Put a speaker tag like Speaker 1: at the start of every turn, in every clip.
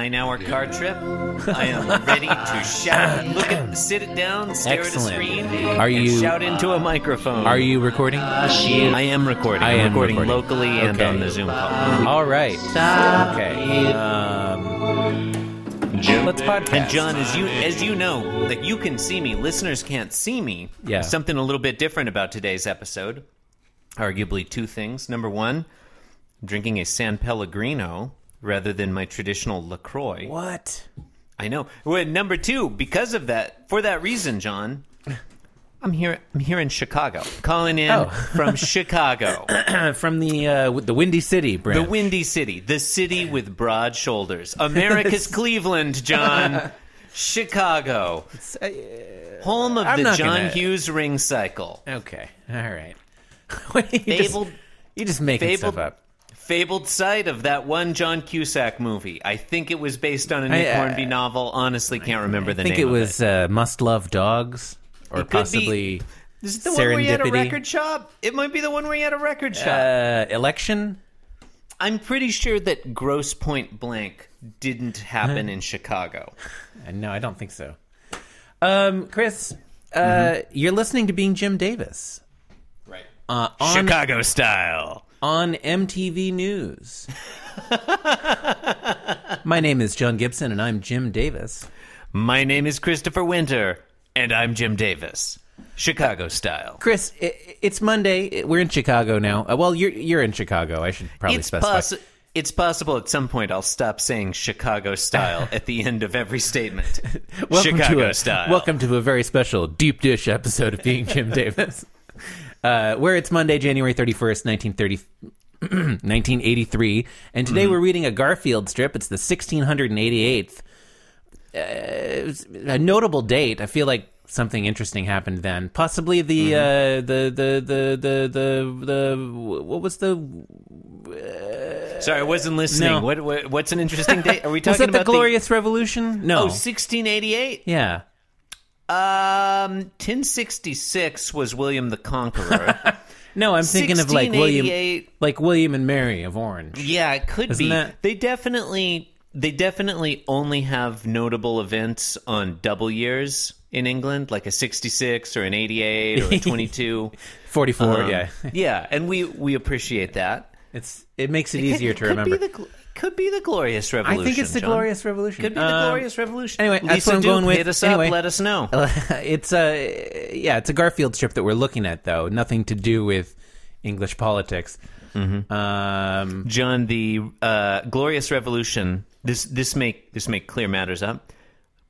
Speaker 1: nine-hour car trip. I am ready to shout. Look at, sit it down, stare
Speaker 2: Excellent.
Speaker 1: at a screen,
Speaker 2: Are
Speaker 1: and
Speaker 2: you-
Speaker 1: shout into a microphone.
Speaker 2: Are you recording?
Speaker 1: I am recording.
Speaker 2: I
Speaker 1: I'm
Speaker 2: am
Speaker 1: recording,
Speaker 2: recording.
Speaker 1: locally and
Speaker 2: Okay.
Speaker 1: on the Zoom call.
Speaker 2: All right. Okay. Um, let's podcast.
Speaker 1: And John, as you as you know, that you can see me, listeners can't see me.
Speaker 2: Yeah.
Speaker 1: Something a little bit different about today's episode. Arguably two things. Number one, I'm drinking a San Pellegrino rather than my traditional LaCroix.
Speaker 2: What?
Speaker 1: I know. Well, number two, because of that, for that reason, John, I'm here. I'm here in Chicago, calling in
Speaker 2: Oh.
Speaker 1: from Chicago,
Speaker 2: From the uh, w- the Windy City
Speaker 1: the
Speaker 2: brand.
Speaker 1: windy city, the city with broad shoulders, America's Cleveland, John. Chicago,
Speaker 2: uh,
Speaker 1: home of
Speaker 2: I'm
Speaker 1: the
Speaker 2: not
Speaker 1: John
Speaker 2: gonna-
Speaker 1: Hughes ring cycle,
Speaker 2: okay. All right. What, you
Speaker 1: fabled,
Speaker 2: Just, you just making stuff
Speaker 1: fabled,
Speaker 2: up.
Speaker 1: fabled site of that one John Cusack movie. I think it was based on a
Speaker 2: I-
Speaker 1: Nick
Speaker 2: I- uh,
Speaker 1: Hornby novel. Honestly, can't remember the
Speaker 2: I think
Speaker 1: name.
Speaker 2: it
Speaker 1: of
Speaker 2: was uh, Must Love Dogs, or
Speaker 1: It could be-
Speaker 2: possibly
Speaker 1: Is it the one where you had a
Speaker 2: Serendipity.
Speaker 1: record shop? It might be the one where you had a record shop.
Speaker 2: uh, Election.
Speaker 1: I'm pretty sure that Gross Point Blank didn't happen in Chicago.
Speaker 2: Uh, No, I don't think so. Um, Chris, uh,
Speaker 1: Mm-hmm.
Speaker 2: you're listening to Being Jim Davis
Speaker 1: Right.
Speaker 2: uh, on
Speaker 1: Chicago style.
Speaker 2: on MTV News. My name is John Gibson, and I'm Jim Davis.
Speaker 1: My name is Christopher Winter, and I'm Jim Davis. Chicago style.
Speaker 2: Chris, i it's Monday. I- We're in Chicago now. Uh, well, you're you're in Chicago. I should probably
Speaker 1: It's,
Speaker 2: specify.
Speaker 1: possi- it's possible at some point I'll stop saying Chicago style at the end of every statement. Chicago
Speaker 2: to a,
Speaker 1: style.
Speaker 2: Welcome to a very special deep dish episode of Being Jim Davis, uh, where it's Monday, January 31st, 1930, 1983. And today we're reading a Garfield strip. It's the 1688th. Uh, it's Uh, a notable date. I feel like something interesting happened then. Possibly the, uh, the, the, the, the, the, the, what was the,
Speaker 1: Sorry, I wasn't listening.
Speaker 2: No.
Speaker 1: What, what, what's an interesting date? Are we
Speaker 2: was
Speaker 1: talking
Speaker 2: that
Speaker 1: about
Speaker 2: the Glorious Revolution? No.
Speaker 1: Oh, 1688.
Speaker 2: yeah.
Speaker 1: Um, 1066 was William the Conqueror.
Speaker 2: No, I'm thinking of like William,
Speaker 1: 1688.
Speaker 2: like William and Mary of Orange.
Speaker 1: yeah, it could
Speaker 2: Isn't
Speaker 1: be.
Speaker 2: that-
Speaker 1: They definitely they definitely only have notable events on double years in England, like a 66 or an 88 or a 22.
Speaker 2: 44
Speaker 1: Um,
Speaker 2: yeah
Speaker 1: yeah, and we we appreciate that.
Speaker 2: it's it makes it,
Speaker 1: Could-
Speaker 2: easier to
Speaker 1: could
Speaker 2: remember
Speaker 1: Be the, gl- could be the Glorious
Speaker 2: i
Speaker 1: Revolution.
Speaker 2: think it's the
Speaker 1: John.
Speaker 2: glorious revolution
Speaker 1: Could be the
Speaker 2: Um,
Speaker 1: Glorious Revolution.
Speaker 2: anyway,
Speaker 1: Lisa
Speaker 2: that's what I'm
Speaker 1: Duke,
Speaker 2: going with.
Speaker 1: Hit us
Speaker 2: Anyway.
Speaker 1: up. Let us know.
Speaker 2: it's a yeah it's a garfield strip that we're looking at though nothing to do with english politics Mm-hmm. um
Speaker 1: John, the uh, glorious revolution. This this make this make clear matters up.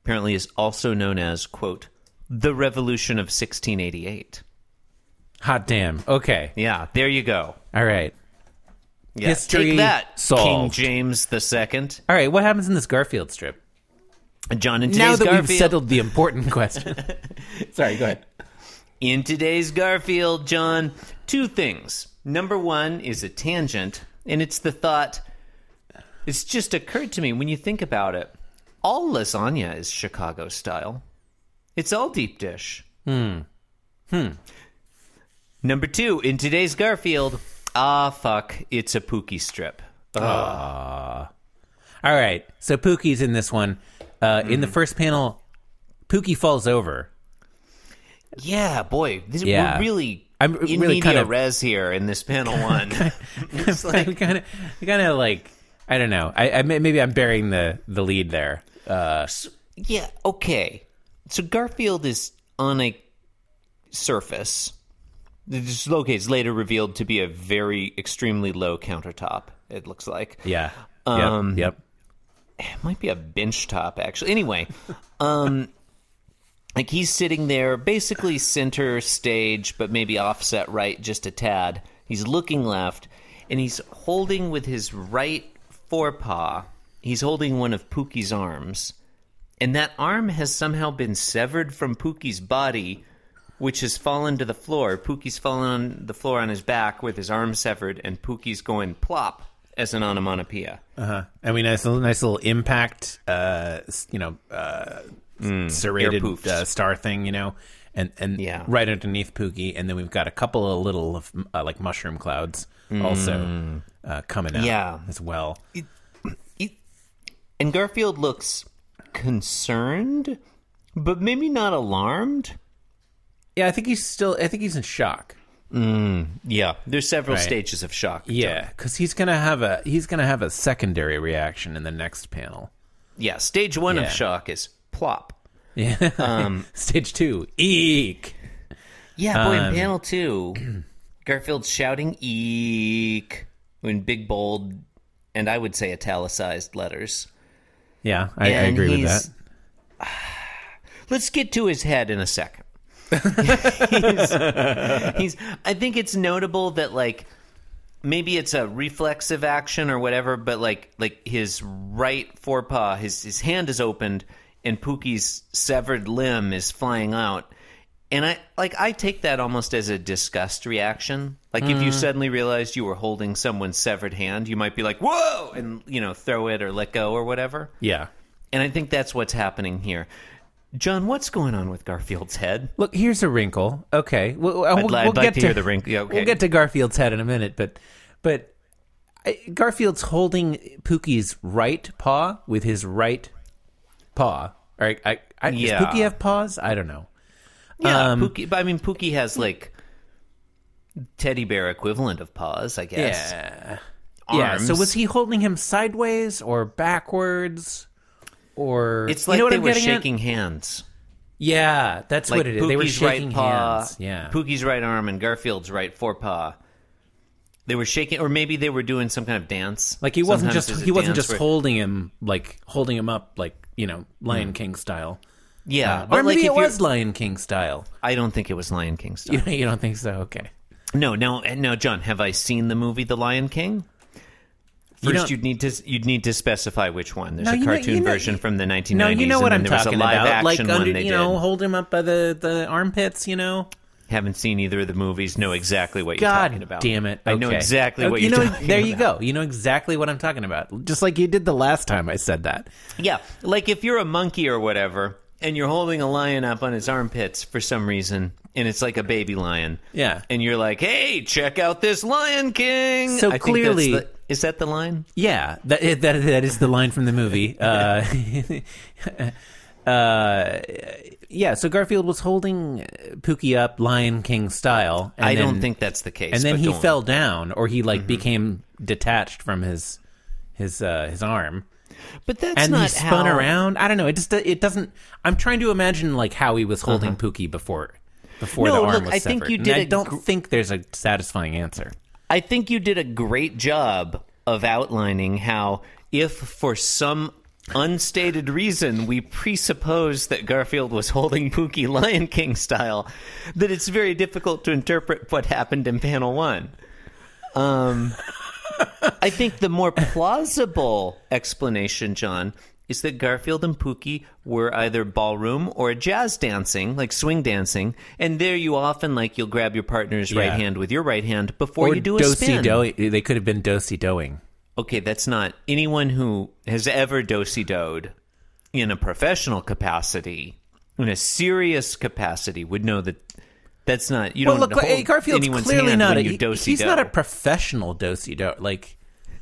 Speaker 1: Apparently, is also known as quote the revolution of 1688.
Speaker 2: hot damn okay
Speaker 1: Yeah, there you go.
Speaker 2: all right
Speaker 1: Yeah,
Speaker 2: History
Speaker 1: take that,
Speaker 2: solved.
Speaker 1: King James the Second.
Speaker 2: all right what happens in this garfield strip
Speaker 1: John, in today's
Speaker 2: now that
Speaker 1: Garfield,
Speaker 2: we've settled the important question sorry go ahead
Speaker 1: in today's Garfield, John, two things. Number one is a tangent, and it's the thought. It's just occurred to me when you think about it. All lasagna is Chicago style. It's all deep dish. Hmm. Hmm. Number two, in today's Garfield, ah fuck, it's a pookie strip.
Speaker 2: All right. So Pookie's in this one. Uh, In the first panel, Pookie falls over.
Speaker 1: Yeah, boy, this,
Speaker 2: Yeah.
Speaker 1: we're really
Speaker 2: I'm
Speaker 1: in
Speaker 2: really
Speaker 1: media
Speaker 2: kind of-
Speaker 1: res here in this panel one. It's
Speaker 2: Like, kind of, kind of like I don't know. I, I may- maybe I'm burying the the lead there. Uh,
Speaker 1: Yeah, okay. So Garfield is on a surface. This loca- is later revealed to be a very extremely low countertop, it looks like.
Speaker 2: Yeah.
Speaker 1: Um,
Speaker 2: yep.
Speaker 1: It might be a bench top, actually. Anyway, um like he's sitting there basically center stage, but maybe offset right just a tad. He's looking left, and he's holding with his right forepaw, he's holding one of Pookie's arms and that arm has somehow been severed from Pookie's body, which has fallen to the floor. Pookie's fallen on the floor on his back with his arm severed, and Pookie's going plop as an onomatopoeia.
Speaker 2: Uh-huh. I mean, nice little nice little impact. Uh, s- you know, uh, serrated
Speaker 1: Mm, air poofs.
Speaker 2: uh, star thing. You know, and and
Speaker 1: Yeah.
Speaker 2: right underneath Pookie, and then we've got a couple of little of, uh, like mushroom
Speaker 1: Mm.
Speaker 2: clouds also uh, coming out
Speaker 1: Yeah.
Speaker 2: as well.
Speaker 1: It, And Garfield looks concerned, but maybe not alarmed.
Speaker 2: Yeah, I think he's still. I think he's in shock.
Speaker 1: Yeah, there's several
Speaker 2: Right.
Speaker 1: stages of shock.
Speaker 2: Yeah, because he's gonna have a he's gonna have a secondary reaction in the next panel.
Speaker 1: Yeah, stage one
Speaker 2: Yeah.
Speaker 1: of shock is plop.
Speaker 2: Yeah. Stage two. Eek.
Speaker 1: Yeah, boy,
Speaker 2: Um,
Speaker 1: in panel two, Garfield's shouting eek in big, bold, and I would say italicized letters.
Speaker 2: Yeah, I, I
Speaker 1: And
Speaker 2: agree with
Speaker 1: he's-
Speaker 2: that.
Speaker 1: Let's get to his head in a second. he's, he's, I think it's notable that, like, maybe it's a reflexive action or whatever, but, like, like his right forepaw, his, his hand is opened, and Pookie's severed limb is flying out. And I like I take that almost as a disgust reaction. Like if
Speaker 2: Mm.
Speaker 1: you suddenly realized you were holding someone's severed hand, you might be like, "Whoa!" and you know, throw it or let go or whatever.
Speaker 2: Yeah.
Speaker 1: And I think that's what's happening here. John, what's going on with Garfield's head?
Speaker 2: Look, here's a wrinkle. Okay, we'll, we'll,
Speaker 1: li- I'd like
Speaker 2: we'll get
Speaker 1: to hear the wrinkle. Yeah,
Speaker 2: We'll
Speaker 1: okay.
Speaker 2: get to Garfield's head in a minute, but but I, Garfield's holding Pookie's right paw with his right paw. All right, I, I,
Speaker 1: Yeah.
Speaker 2: does Pookie have paws? I don't know.
Speaker 1: Yeah,
Speaker 2: Um,
Speaker 1: Pookie. but I mean, Pookie has like teddy bear equivalent of paws, I guess.
Speaker 2: Yeah. Yeah.
Speaker 1: Arms.
Speaker 2: So was he holding him sideways or backwards? Or
Speaker 1: It's
Speaker 2: You
Speaker 1: like
Speaker 2: know what
Speaker 1: they
Speaker 2: I'm
Speaker 1: were
Speaker 2: getting at?
Speaker 1: shaking hands.
Speaker 2: Yeah, that's
Speaker 1: Like
Speaker 2: what it is.
Speaker 1: Pookie's
Speaker 2: They were shaking
Speaker 1: right paw,
Speaker 2: hands. Yeah.
Speaker 1: Pookie's right arm and Garfield's right forepaw. They were shaking, or maybe they were doing some kind of dance.
Speaker 2: Like he wasn't
Speaker 1: Sometimes
Speaker 2: just
Speaker 1: there's a
Speaker 2: he wasn't
Speaker 1: dance
Speaker 2: just
Speaker 1: where-
Speaker 2: holding him like holding him up like you know Lion King style.
Speaker 1: yeah,
Speaker 2: Or
Speaker 1: but like
Speaker 2: maybe
Speaker 1: if
Speaker 2: it
Speaker 1: you're-
Speaker 2: was Lion King style.
Speaker 1: I don't think it was Lion King style.
Speaker 2: You, you don't think so? Okay.
Speaker 1: No, no, eh, no, John. Have I seen the movie The Lion King?
Speaker 2: You
Speaker 1: First,
Speaker 2: don't-
Speaker 1: you would need to you'd need to specify which one. There's
Speaker 2: No,
Speaker 1: a
Speaker 2: you know-
Speaker 1: cartoon
Speaker 2: you know-
Speaker 1: version from the 1990s.
Speaker 2: No, you know
Speaker 1: and
Speaker 2: what
Speaker 1: then
Speaker 2: I'm
Speaker 1: there was a
Speaker 2: talking
Speaker 1: live
Speaker 2: about. Like
Speaker 1: Action one
Speaker 2: under
Speaker 1: they
Speaker 2: you know,
Speaker 1: did.
Speaker 2: hold him up by the the armpits. You know.
Speaker 1: Haven't seen either of the movies. Know exactly what you're
Speaker 2: God
Speaker 1: talking about.
Speaker 2: damn it!
Speaker 1: I know
Speaker 2: Okay.
Speaker 1: exactly
Speaker 2: Oh,
Speaker 1: what
Speaker 2: you
Speaker 1: you're
Speaker 2: know.
Speaker 1: talking
Speaker 2: there you go. You know exactly what I'm talking about. Just like you did the last time I said that.
Speaker 1: Yeah, like if you're a monkey or whatever, and you're holding a lion up on his armpits for some reason, and it's like a baby lion.
Speaker 2: Yeah.
Speaker 1: and you're like, "Hey, check out this Lion King."
Speaker 2: So
Speaker 1: I think that's
Speaker 2: clearly-
Speaker 1: the- is that the line?
Speaker 2: Yeah, that eh, that that is the line from the movie. Uh, uh, yeah, so Garfield was holding Pookie up Lion King style. And
Speaker 1: I
Speaker 2: then,
Speaker 1: don't think Mm-hmm. that's the case.
Speaker 2: And then
Speaker 1: but
Speaker 2: he
Speaker 1: go on.
Speaker 2: fell down, or he like became detached from his his uh, his arm,
Speaker 1: But that's
Speaker 2: and
Speaker 1: not
Speaker 2: he spun
Speaker 1: how-
Speaker 2: around. I don't know. It just it doesn't. I'm trying to imagine like how he was holding Pookie before. Before
Speaker 1: Uh-huh. No,
Speaker 2: the arm
Speaker 1: look,
Speaker 2: was
Speaker 1: I think
Speaker 2: severed.
Speaker 1: you
Speaker 2: And
Speaker 1: did
Speaker 2: I
Speaker 1: a
Speaker 2: don't
Speaker 1: gr-
Speaker 2: think there's a satisfying answer.
Speaker 1: I think you did a great job of outlining how, if for some unstated reason we presuppose that Garfield was holding Pookie Lion King style, that it's very difficult to interpret what happened in panel one. Um, I think the more plausible explanation, John, is that Garfield and Pookie were either ballroom or jazz dancing, like swing dancing, and there you often like you'll grab your partner's right
Speaker 2: Yeah.
Speaker 1: hand with your right hand before you do a spin.
Speaker 2: do. They could have been do doing.
Speaker 1: Okay, that's not anyone who has ever dosy doed in a professional capacity, in a serious capacity, would know that that's not you
Speaker 2: Well,
Speaker 1: don't
Speaker 2: look,
Speaker 1: hold
Speaker 2: hey, Garfield's
Speaker 1: anyone's
Speaker 2: clearly
Speaker 1: hand
Speaker 2: not a
Speaker 1: when you
Speaker 2: he-
Speaker 1: do-si-do.
Speaker 2: he's not a professional dosey do like.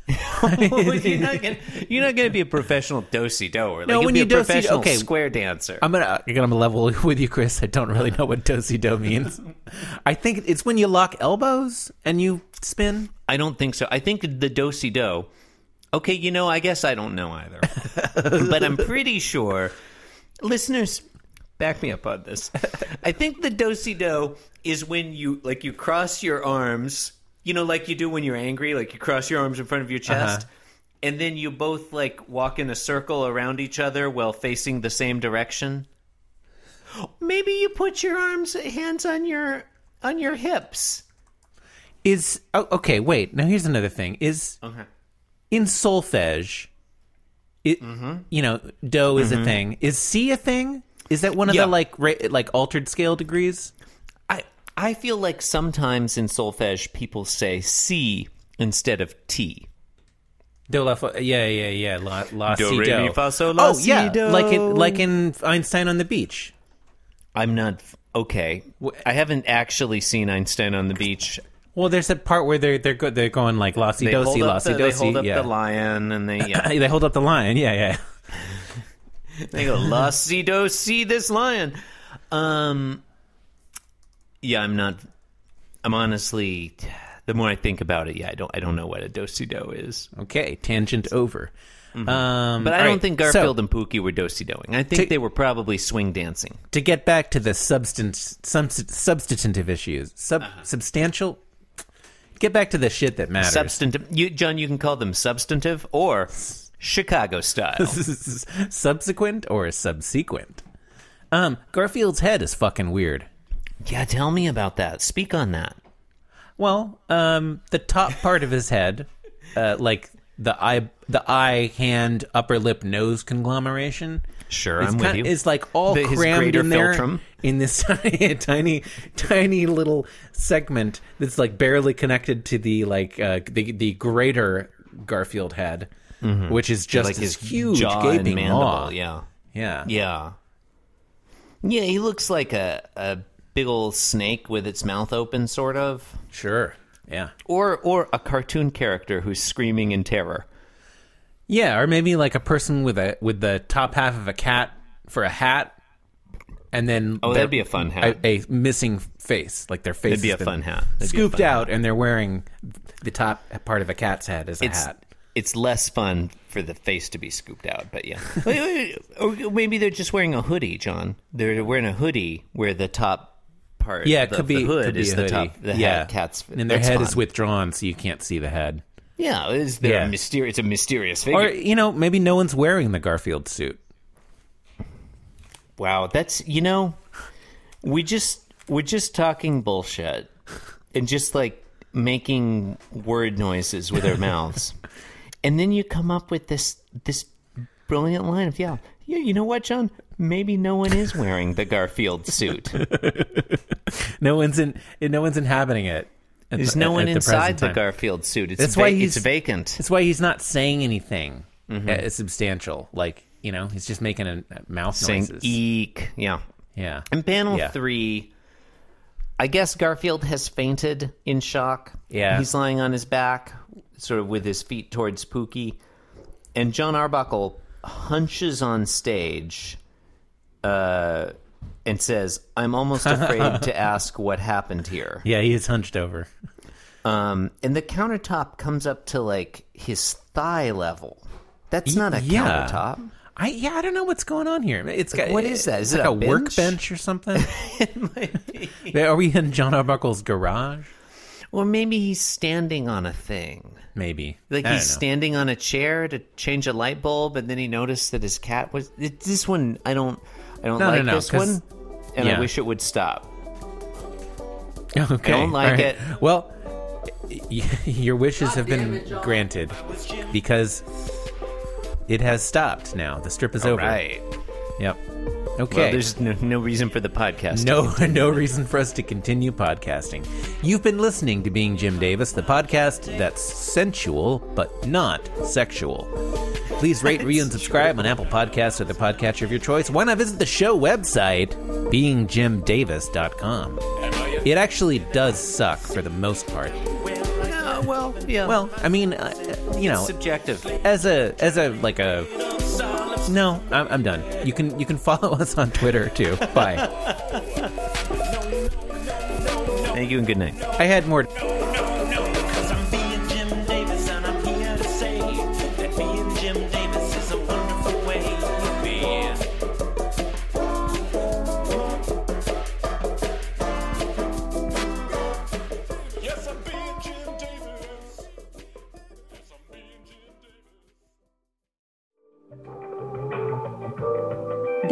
Speaker 1: you're not gonna you're not gonna be a professional dosy doer. Like,
Speaker 2: No,
Speaker 1: you'll
Speaker 2: when
Speaker 1: be
Speaker 2: you
Speaker 1: a
Speaker 2: do-si-do-
Speaker 1: professional
Speaker 2: okay.
Speaker 1: square dancer.
Speaker 2: I'm gonna I'm gonna level with you, Chris. I don't really know what dosey do means. I think it's when you lock elbows and you spin.
Speaker 1: I don't think so. I think the dosy do. Okay, you know, I guess I don't know either, but I'm pretty sure. Listeners, back me up on this. I think the dosy do is when you like you cross your arms, you know, like you do when you're angry, like you cross your arms in front of your chest. And then you both like walk in a circle around each other while facing the same direction. Maybe you put your arms hands on your on your hips.
Speaker 2: Is oh, okay. Wait. Now here's another thing. Is in solfege, it you know do is a thing. Is C a thing? Is that one of
Speaker 1: Yeah.
Speaker 2: the like ra- like altered scale degrees?
Speaker 1: I I feel like sometimes in solfege people say C instead of T.
Speaker 2: Do la fa, yeah yeah yeah la, la
Speaker 1: Do,
Speaker 2: si
Speaker 1: re,
Speaker 2: do
Speaker 1: mi, fa, sol, la,
Speaker 2: oh
Speaker 1: si,
Speaker 2: yeah
Speaker 1: do.
Speaker 2: like in like in Einstein on the beach
Speaker 1: I'm not okay. I haven't actually seen Einstein on the beach.
Speaker 2: Well, there's a part where they're they're go- they're going like lossy
Speaker 1: They
Speaker 2: dosey,
Speaker 1: hold up,
Speaker 2: lossy
Speaker 1: the, they
Speaker 2: dosey.
Speaker 1: hold up
Speaker 2: yeah.
Speaker 1: the lion and they yeah.
Speaker 2: they hold up the line. Yeah, yeah.
Speaker 1: They go, Lucy, do see this lion. Um, yeah, I'm not. I'm honestly. The more I think about it, yeah, I don't. I don't know what a do do is.
Speaker 2: Okay, tangent over. Um,
Speaker 1: Mm-hmm. But I
Speaker 2: all
Speaker 1: don't
Speaker 2: right,
Speaker 1: think
Speaker 2: so-
Speaker 1: Garfield and Pookie were do doing. I think
Speaker 2: To-
Speaker 1: they were probably swing dancing.
Speaker 2: to get back to the substance sum, substantive issues sub,
Speaker 1: Uh-huh.
Speaker 2: substantial get back to the shit that matters
Speaker 1: Substantive, you, John. You can call them substantive or Chicago style.
Speaker 2: subsequent or subsequent um garfield's head is fucking weird
Speaker 1: yeah, tell me about that. Speak on that.
Speaker 2: well um the top part of his head uh like the eye the eye hand upper lip nose conglomeration
Speaker 1: Sure,
Speaker 2: It's
Speaker 1: I'm
Speaker 2: kind
Speaker 1: with you.
Speaker 2: It's like all
Speaker 1: The- his
Speaker 2: crammed
Speaker 1: greater
Speaker 2: in there
Speaker 1: philtrum.
Speaker 2: in this tiny, tiny, tiny little segment that's like barely connected to the like uh, the the greater Garfield head, which is just
Speaker 1: Mm-hmm. like his
Speaker 2: this huge
Speaker 1: jaw and
Speaker 2: gaping
Speaker 1: mandible.
Speaker 2: maw.
Speaker 1: Yeah.
Speaker 2: yeah,
Speaker 1: Yeah. Yeah, he looks like a, a big old snake with its mouth open, sort of.
Speaker 2: sure, yeah,
Speaker 1: Or or a cartoon character who's screaming in terror.
Speaker 2: yeah, or maybe like a person with a with the top half of a cat for a hat, and then
Speaker 1: Oh,
Speaker 2: their-
Speaker 1: that'd be a fun hat.
Speaker 2: a, a missing face, like their face.
Speaker 1: That'd be
Speaker 2: has
Speaker 1: a
Speaker 2: been
Speaker 1: fun hat. That'd be a
Speaker 2: scooped
Speaker 1: fun
Speaker 2: out, and they're wearing the top part of a cat's head as a
Speaker 1: It's,
Speaker 2: hat.
Speaker 1: it's less fun for the face to be scooped out, but yeah. Wait, wait, wait. Or maybe they're just wearing a hoodie, John. They're wearing a hoodie where the top part
Speaker 2: Yeah,
Speaker 1: of
Speaker 2: it could
Speaker 1: the
Speaker 2: be
Speaker 1: hood
Speaker 2: could be
Speaker 1: is
Speaker 2: a
Speaker 1: the
Speaker 2: hoodie.
Speaker 1: top the
Speaker 2: yeah.
Speaker 1: hat cat's
Speaker 2: and their
Speaker 1: that's
Speaker 2: head
Speaker 1: fun.
Speaker 2: is withdrawn, so you can't see the head.
Speaker 1: Yeah, is there
Speaker 2: Yeah.
Speaker 1: a mysterious it's a mysterious figure.
Speaker 2: Or you know, maybe no one's wearing the Garfield suit.
Speaker 1: Wow, that's you know, we just we're just talking bullshit and just like making word noises with our mouths, and then you come up with this this brilliant line of yeah, yeah. You know what, John? Maybe no one is wearing the Garfield suit.
Speaker 2: No one's in. No one's inhabiting it. at
Speaker 1: There's
Speaker 2: the-
Speaker 1: no
Speaker 2: at-
Speaker 1: one
Speaker 2: at the
Speaker 1: inside
Speaker 2: present
Speaker 1: the
Speaker 2: time.
Speaker 1: Garfield suit. It's
Speaker 2: That's why
Speaker 1: va-
Speaker 2: he's-
Speaker 1: it's vacant.
Speaker 2: That's why he's not saying anything
Speaker 1: Mm-hmm.
Speaker 2: uh, substantial. Like you know, he's just making a, a mouth
Speaker 1: Saying e.
Speaker 2: noises.
Speaker 1: eek, yeah.
Speaker 2: yeah,
Speaker 1: In panel
Speaker 2: Yeah.
Speaker 1: three, I guess Garfield has fainted in shock.
Speaker 2: Yeah.
Speaker 1: He's lying on his back, sort of with his feet towards Pookie. And John Arbuckle hunches on stage uh, and says, I'm almost afraid to ask what happened here.
Speaker 2: yeah, he is hunched over.
Speaker 1: Um, and the countertop comes up to like his thigh level. That's not a
Speaker 2: yeah.
Speaker 1: countertop.
Speaker 2: I yeah, I don't know what's going on here. It's got,
Speaker 1: what is that? Is
Speaker 2: it's
Speaker 1: it
Speaker 2: like
Speaker 1: a
Speaker 2: a
Speaker 1: bench?
Speaker 2: workbench or something? Are we in John Arbuckle's garage?
Speaker 1: Or maybe he's standing on a thing.
Speaker 2: Maybe
Speaker 1: Like
Speaker 2: I
Speaker 1: he's
Speaker 2: don't know.
Speaker 1: standing on a chair to change a light bulb, and then he noticed that his cat was. It, this one, I don't, I don't
Speaker 2: No, no,
Speaker 1: like
Speaker 2: no,
Speaker 1: this
Speaker 2: 'cause-
Speaker 1: one, and
Speaker 2: yeah.
Speaker 1: I wish it would stop.
Speaker 2: Okay.
Speaker 1: Don't like
Speaker 2: all right.
Speaker 1: it.
Speaker 2: Well, y- your wishes have been granted because it has stopped now. The strip is over.
Speaker 1: Right.
Speaker 2: Yep. Okay.
Speaker 1: Well, there's no, no reason for the podcast.
Speaker 2: no, no reason for us to continue podcasting. You've been listening to Being Jim Davis, the podcast that's sensual but not sexual. Please rate, review, and subscribe on Apple Podcasts or the podcatcher of your choice. Why not visit the show website, beingjimdavis.com? It actually does suck for the most part.
Speaker 1: No, well, yeah.
Speaker 2: Well, I mean, uh, you know,
Speaker 1: subjective.
Speaker 2: as a as a like a no, I'm, I'm done. You can you can follow us on Twitter too. Bye.
Speaker 1: Thank you and good night.
Speaker 2: I had more.
Speaker 3: Cause I'm being Jim Davis and I'm here to say that being Jim Davis is a wonderful way to be. Yes, I'm being Jim Davis. Yes, I'm being Jim Davis.